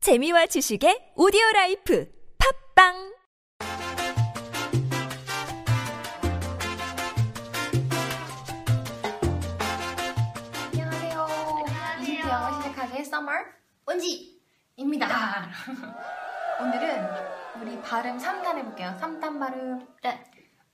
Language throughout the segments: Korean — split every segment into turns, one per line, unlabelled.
재미와 지식의 오디오 라이프 팝빵
안녕하세요. 안녕하세요. 영어 시작하게 썸머
원지
입니다. 오늘은 우리 발음 3단 해볼게요. 3단 발음.
네.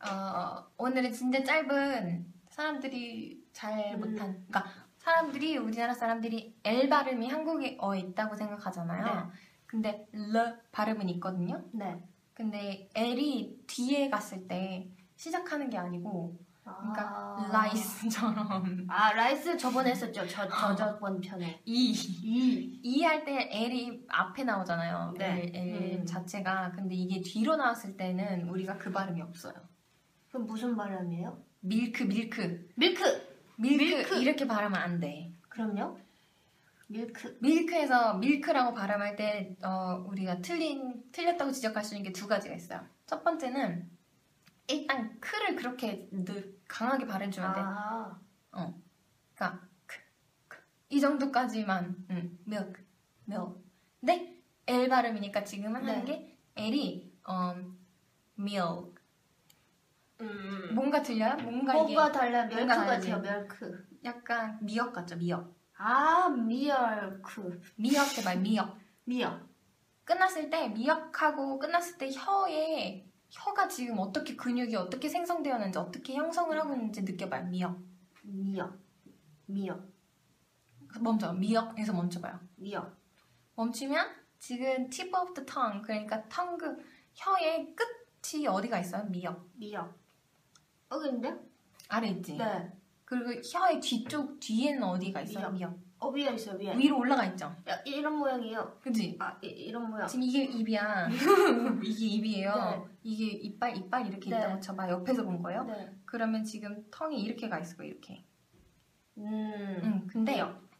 어, 오늘은 진짜 짧은 사람들이 잘 못한, 그러니까 사람들이 우리나라 사람들이 L 발음이 한국어에 있다고 생각하잖아요. 근데 L 발음은 있거든요.
네.
근데 L이 뒤에 갔을 때 시작하는 게 아니고, 그러니까 라이스처럼
아 라이스 저번에 했었죠. 저, 저 저번 편에.
E
이.
E 할 때 L이 앞에 나오잖아요.
네.
L, L
음.
자체가. 근데 이게 뒤로 나왔을 때는 우리가 그 발음이 없어요.
그럼 무슨 발음이에요?
밀크, 밀크.
밀크.
밀크,
밀크.
이렇게 발음은 안 돼.
그럼요. 밀크.
밀크에서 밀크라고 발음할 때 어, 우리가 틀린 틀렸다고 지적할 수 있는 게 두 가지가 있어요. 첫 번째는 일단 크를 그렇게 늘 강하게 발음주면 안 돼.
아.
그러니까 크, 크. 이 정도까지만 음, milk, milk. 근데 L 발음이니까 지금은
네.
하는 게 L이 어, milk.
음.
뭔가 들려요? 뭔가 이게
뭔가 달라. 멸크
뭔가 다르지.
같아요. 멸크.
약간 미역 같죠? 미역.
아 미얼크.
미역 제발 미역.
미역.
끝났을 때 미역하고 끝났을 때 혀에 혀가 지금 어떻게 근육이 어떻게 생성되었는지 어떻게 형성을 하고 있는지 느껴봐요. 미역.
미역. 미역.
멈춰. 미역에서 멈춰봐요.
미역.
멈추면 지금 tip of the tongue 그러니까 텅그 혀의 끝이 어디가 있어요? 미역
미역. 여기인데?
아래 있지.
네.
그리고 혀의 뒤쪽 뒤에는 어디가 있어요? 미역.
어 위에 있어요. 위에.
위로 올라가 있죠.
야, 이런 모양이에요.
그지?
아 이, 이런 모양.
지금 이게 입이야. 이게 입이에요. 이게 이빨 이빨 이렇게
네.
있다고 쳐봐. 옆에서 본 거예요.
네.
그러면 지금 텅이 이렇게 가 있어 이렇게.
음.
응. 근데
미역.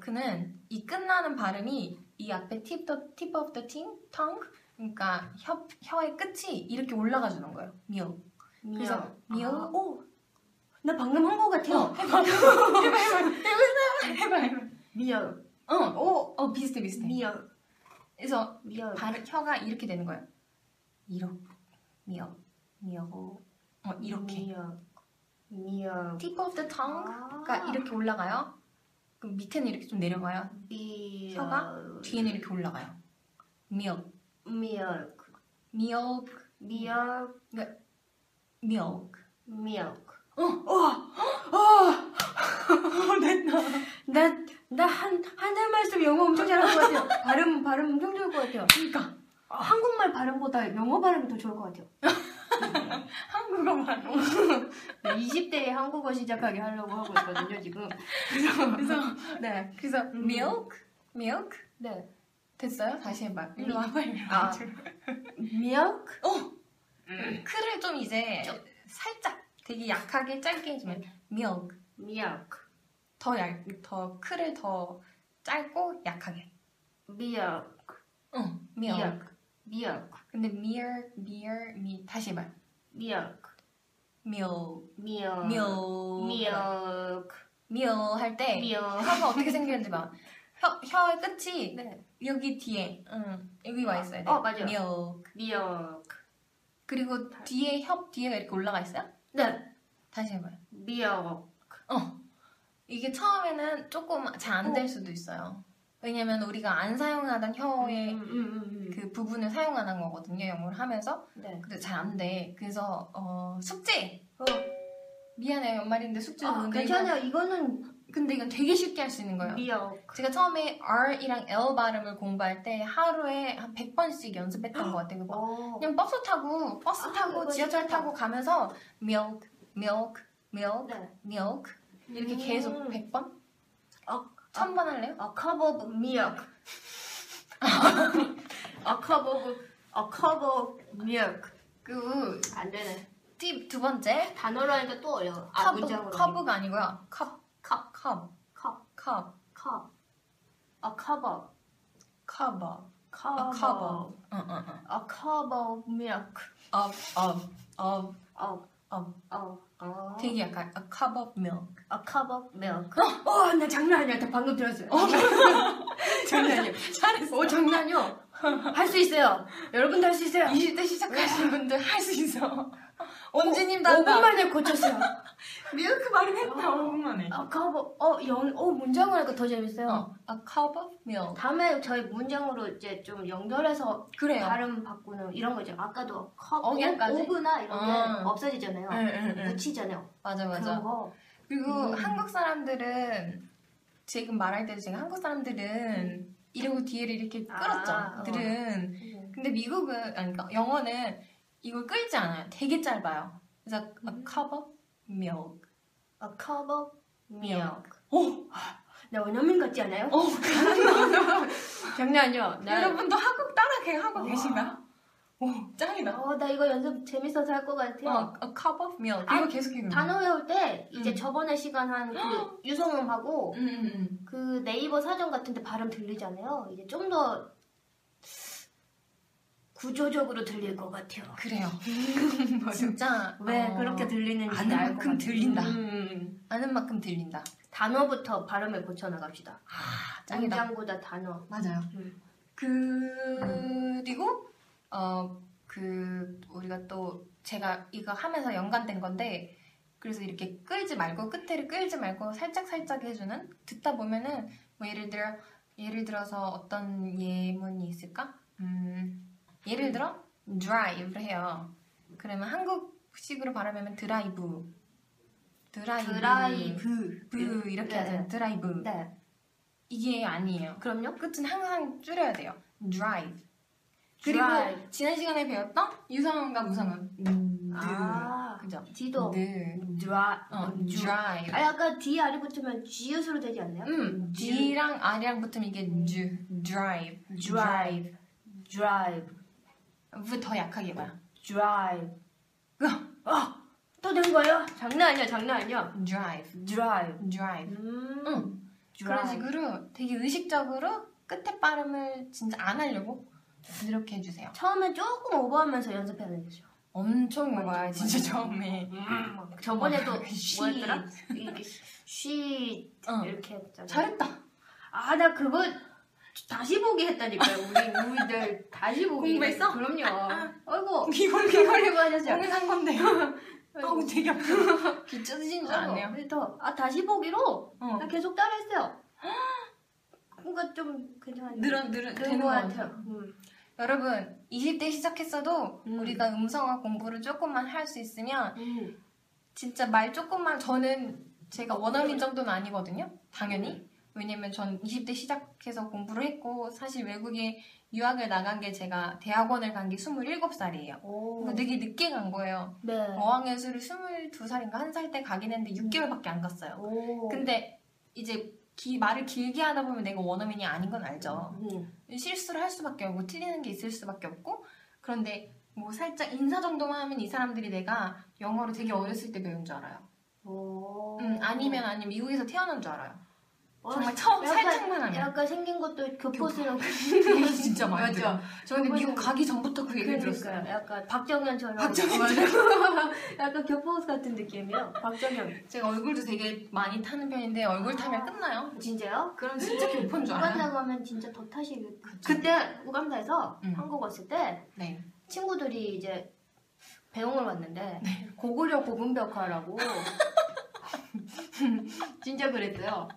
milk는 이 끝나는 발음이 이 앞에 tip the tip of the ting- tongue 그러니까 혀 혀의 끝이 이렇게 올라가 주는 거예요. milk.
음,
그래서 어, 미역.
아, 오. 나 방금 한 거 같아요.
해봐 해봐.
미역.
어, 오, 어 비슷해 비슷해.
아, 미역.
그래서
미역.
발 혀가 이렇게 되는 거예요. 이렇게 미역 미역 어 이렇게.
미역. 미역.
tip of the tongue가
아.
그러니까 이렇게 올라가요. 그럼 밑에는 이렇게 좀 내려가요.
미역.
혀가 뒤에는 이렇게 올라가요. 미역
미역.
미역
미역.
미역.
미역.
어.
와. 어. 나, 나 한, 한 달 말씀 영어 엄청 잘할 것 같아요. 발음, 발음 엄청 좋을 것 같아요.
그러니까
한국말 발음보다 영어 발음이 더 좋을 것 같아요.
한국어 말로.
20대에 한국어 시작하게 하려고 하고 있거든요, 지금.
그래서 네 그래서
음.
milk milk
네.
됐어요? 다시 해봐. 음, 일로
미-
와봐 일로
아.
와.
미역.
크를 좀 이제 살짝 되게 약하게 짧게 해주면 milk
미역.
더얇더 크를 더 짧고 약하게
미역.
응 milk
미역. 미역.
근데 mirror mirror 미 다시 해봐
미역.
milk
미역.
milk
미역.
milk 할때
미역.
혀가 어떻게 생기는지 봐혀 혀의 끝이
네.
여기 뒤에 응 여기 와 있어야 돼
어, 맞아요.
milk
미역.
그리고 뒤에 협 뒤에가 이렇게 올라가 있어요
네.
다시 해봐요
미역.
어. 이게 처음에는 조금 잘 안 될 수도 있어요. 왜냐면 우리가 안 사용하던 혀의
음, 음, 음, 음.
그 부분을 사용하는 거거든요. 영어를 하면서.
네.
근데 잘 안 돼. 그래서 어, 숙제!
어,
미안해요. 연말인데 숙제
아,
오늘
괜찮아요. 이거는
이거- 근데 이건 되게 쉽게 할 수 있는 거예요.
미역.
제가 처음에 R이랑 L 발음을 공부할 때 하루에 한 100번씩 연습했던 것 같아요. 그거.
어.
그냥 버스 타고, 버스
아,
타고,
그거
지하철
쉽다.
타고 가면서 milk, milk, milk,
네.
milk 이렇게
음.
계속 100번?
어,
천 번 할래요?
A cup of milk. a cup of a cup of milk.
그,
아, 안 되네.
팁, 두 번째.
단어로 하니까 또 어려워. 아,
커브,
문장으로.
커브가 아니고요. 컵,
컵,
컵,
컵,
컵,
컵. A cup of.
커버.
Cup
A cup of.
of.
응, 응, 응.
A cup of milk.
업, 업, 업.
어,
어,
어, 어.
되게 약간 a cup of milk.
A cup of milk.
어, 나 장난 아니야. 나 방금 들었어요. 장난 아니야.
잘했어.
어, 장난 아니야. 할 수 있어요. 여러분도 할 수 있어요.
20대 시작하신 분들 할 수 있어. 온지님도
오
한다.
분 만에 고쳤어요.
밀크 발음했다. 5분 만에.
아, cup of, 어, 연, 어, 문장을 하니까 더 재밌어요.
어, a cup of milk.
다음에 저희 문장으로 이제 좀 연결해서
그래요.
발음 바꾸는 이런 거죠. 아까도 컵,
억양까지?
오브나 이런 게
어. 네.
없어지잖아요.
응, 응, 응.
붙이잖아요.
맞아, 맞아.
그런 거.
그리고
음.
한국 사람들은 지금 말할 때도 지금 한국 사람들은 이러고 뒤를 이렇게
아,
끌었죠.
어.
그들은 근데 미국은 아니 그러니까 영어는 이걸 끌지 않아요. 되게 짧아요. 그래서 a cup of milk.
A cup of milk.
나 원어민 같지 않아요?
어,
장난 아니야. 나
여러분도 한국 따라 그 하고 계신가요? 오, 짱이다.
어, 나 이거 연습 재밌어서 할 것 같아요.
어, a cup of milk.
아,
이거 계속 읽는 거야.
단어 외울 때 이제
음.
저번에 시간 한 그 유성음하고
음, 음, 음.
그 네이버 사전 같은데 발음 들리잖아요. 이제 좀 더 구조적으로 들릴 것 같아요.
그래요. 진짜
음. 왜
어,
그렇게 들리는지
아는 만큼
알것 같아요.
들린다.
음.
아는 만큼 들린다.
단어부터 발음을 고쳐 나갑시다.
아, 짱이다.
문장보다 단어.
맞아요.
음.
그리고 어 그 우리가 또 제가 이거 하면서 연관된 건데 그래서 이렇게 끌지 말고 끝에를 끌지 말고 살짝 살짝 해주는 듣다 보면은 뭐 예를 들어 예를 들어서 어떤 예문이 있을까? 음 예를 들어 drive를 해요. 그러면 한국식으로 발음하면 드라이브 드라이브
드라이브.
브 이렇게
네.
하잖아요. 드라이브
네.
이게 아니에요.
그럼요.
끝은 항상 줄여야 돼요. drive. 그리고
Drive.
지난 시간에 배웠던 유성음과 무성음. 음,
아,
그죠?
디도.
늘.
드라
어,
주-
drive.
아, 약간 D 아리 붙으면 G으로 되지 않나요?
음, D랑 R이랑 붙으면 이게 주, drive.
drive drive
V 더 약하게 봐요.
drive
어,
어또된 거예요? 장난 아니야 장난 아니야
drive.
drive
drive.
음.
응. 그런
drive.
식으로 되게 의식적으로 끝에 발음을 진짜 안 하려고 이렇게 해주세요.
처음에 조금 오버하면서 연습해야 되죠.
엄청 먹어요, 진짜 처음에.
막 저번에도
쉬.
뭐였더라? 이게 쉬
어.
이렇게 했잖아.
잘했다.
아 나 그거 다시 보기 했다니까요 우리 우리들 다시 보기
공부했어?
그럼요
어,
아이고
이걸,
이걸 해고 하셨어요
오늘 산 건데요. 아우, 어, 되게 아파. 귀 찢어진 줄 알네요.
그래서 아 다시 보기로
어.
나 계속 따라했어요. 뭔가 좀 괜찮은
늘어 늘어
그런
되는
것
것 같아요.
같아요. 음.
여러분 20대 시작했어도
음.
우리가 음성학 공부를 조금만 할 수 있으면
음.
진짜 말 조금만 저는 제가 원어민 정도는 아니거든요. 당연히 왜냐면 전 20대 시작해서 공부를 했고 사실 외국에 유학을 나간 게 제가 대학원을 간 게 27살이에요.
오.
되게 늦게 간 거예요.
네.
어학연수를 22살인가 1살 때 가긴 했는데 6개월밖에 안 갔어요.
오.
근데 이제 기- 말을 길게 하다 보면 내가 원어민이 아닌 건 알죠.
음.
실수를 할 수밖에 없고 틀리는 게 있을 수밖에 없고 그런데 뭐 살짝 인사 정도만 하면 이 사람들이 내가 영어를 되게 어렸을 때 배운 줄 알아요.
오.
음, 아니면 아니면 미국에서 태어난 줄 알아요.
어,
정말 처음
약간-
살짝만 하면.
약간 생긴 것도 교포스러운
이거 진짜 많이
맞죠
들어요. 저 근데 미국 가기 전부터 그 얘기를 들었어요.
그러니까요. 약간 박정현처럼
약간 교포 같은 느낌이요 박정현
제가 얼굴도 되게 많이 타는 편인데 얼굴
아.
타면 끝나요.
진짜요?
그럼 진짜 교포인 줄 알아요.
우간다 가면 진짜 더 타시겠.
그쵸.
그때 우간다에서
음.
한국 왔을 때
네.
친구들이 이제 배웅을 왔는데
고구려 고분벽화라고 진짜 그랬어요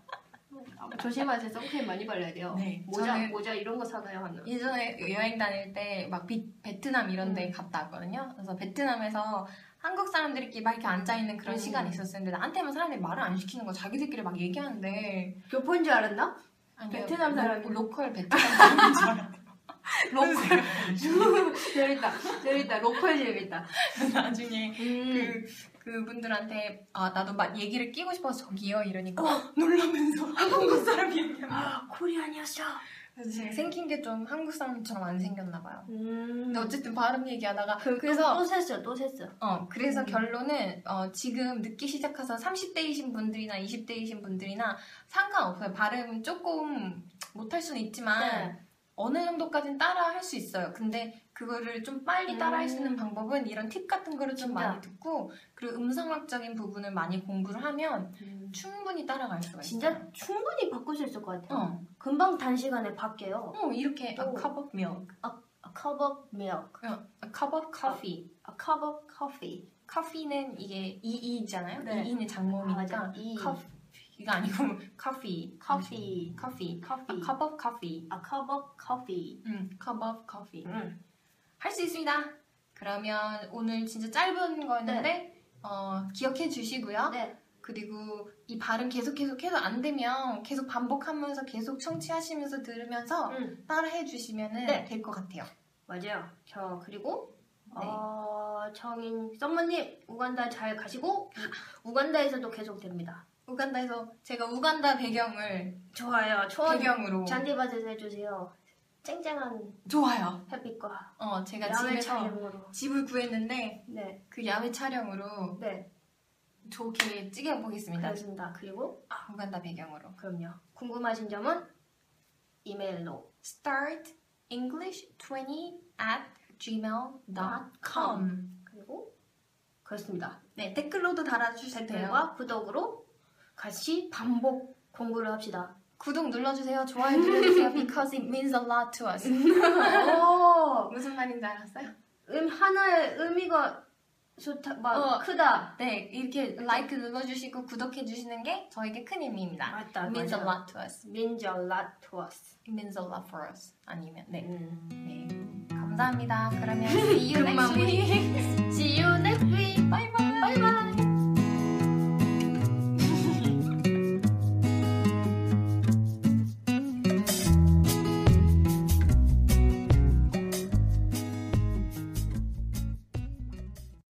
조심하세요 선크림 많이 발라야 돼요
네,
모자
저는-
모자 이런 거 사가요 하나
예전에 여행 다닐 때 막 베트남 이런
음.
데 갔다 왔거든요. 그래서 베트남에서 한국 사람들끼리 막 이렇게 앉아있는 그런
음.
시간이 있었는데 나한테만 사람들이 말을 안 시키는 거 자기들끼리 막 얘기하는데
교포인 줄 알았나?
아니,
베트남 사람이-
로, 컬 베트남 사람인 줄
로컬 재밌다 재밌다 로컬 재밌다
알았는데 나중에
음.
그, 그분들한테 아 나도 막 얘기를 끼고 싶어서 저기요 이러니까 놀라면서 한국 사람이 얘기하면
아, 코리안이었어.
그래서 제가 생긴 게 좀 한국 사람처럼 안 생겼나 봐요.
음.
근데 어쨌든 발음 얘기하다가
그래서
그래서
또 샜어, 또 샜어.
어, 그래서
음.
결론은 어, 지금 늦게 시작해서 30대이신 분들이나 아,
네.
20대이신 분들이나 상관없어요. 발음은 조금 못할 수는 있지만 어느 정도까지는 따라 할 수 있어요. 근데 그거를 좀 빨리 따라 할 수 있는
음.
방법은 이런 팁 같은 거를 좀
진짜.
많이 듣고 그리고 음성학적인 부분을 많이 공부를 하면 충분히 따라갈 수가 있어요.
진짜 충분히 바꿀 수 있을 것 같아요.
어,
금방 단시간에 바뀌어요.
어 이렇게
또-
a cup of milk,
A cup of milk,
그냥 a cup of coffee.
a cup of coffee.
커피는 이게 이이잖아요.
네.
이이는
맞아.
장모니까
이
커피가 아니고 커피,
coffee,
커피,
coffee,
a cup of coffee,
a cup of coffee.
음, cup of coffee.
음.
할 수 있습니다. 그러면 오늘 진짜 짧은 거였는데 어, 기억해 주시고요.
네.
그리고 이 발음 계속 계속 해서 안 되면 계속 반복하면서 계속 청취하시면서 들으면서
음.
따라해 주시면
네.
될 것 같아요.
맞아요. 저 그리고
네.
어, 정인 썸머님 우간다 잘 가시고 우- 우간다에서도 계속 됩니다.
우간다에서 제가 우간다 배경을
좋아요.
어, 네.
초원이
배경으로
잔디밭에서 해주세요. 쨍쨍한
좋아요.
햇빛과
어, 제가
야외
집에서
촬영으로.
집을 구했는데
네,
그 야외 촬영으로
네,
좋게 찍어 보겠습니다.
그렇습니다. 그리고
우간다 배경으로.
그럼요. 궁금하신 점은 이메일로.
Start English 20 at gmail.com
그리고 그렇습니다.
네, 댓글로도 달아주셔도 돼요.
댓글과 구독으로 같이 반복 공부를 합시다.
구독 눌러주세요. 좋아요 눌러주세요. Because it means a lot to us.
오,
어, 무슨 말인지 알았어요?
음 하나의 의미가 좋다, 막
어.
크다.
네, 이렇게 like 눌러주시고 구독해주시는 게 저에게 큰 의미입니다.
맞다,
It means a
맞아.
lot to us.
means a lot to us.
It means a lot for us. 아니면 네,
음.
네. 감사합니다. 그러면 see you
금방
next
우리-
week.
See you next week.
bye bye.
Bye bye.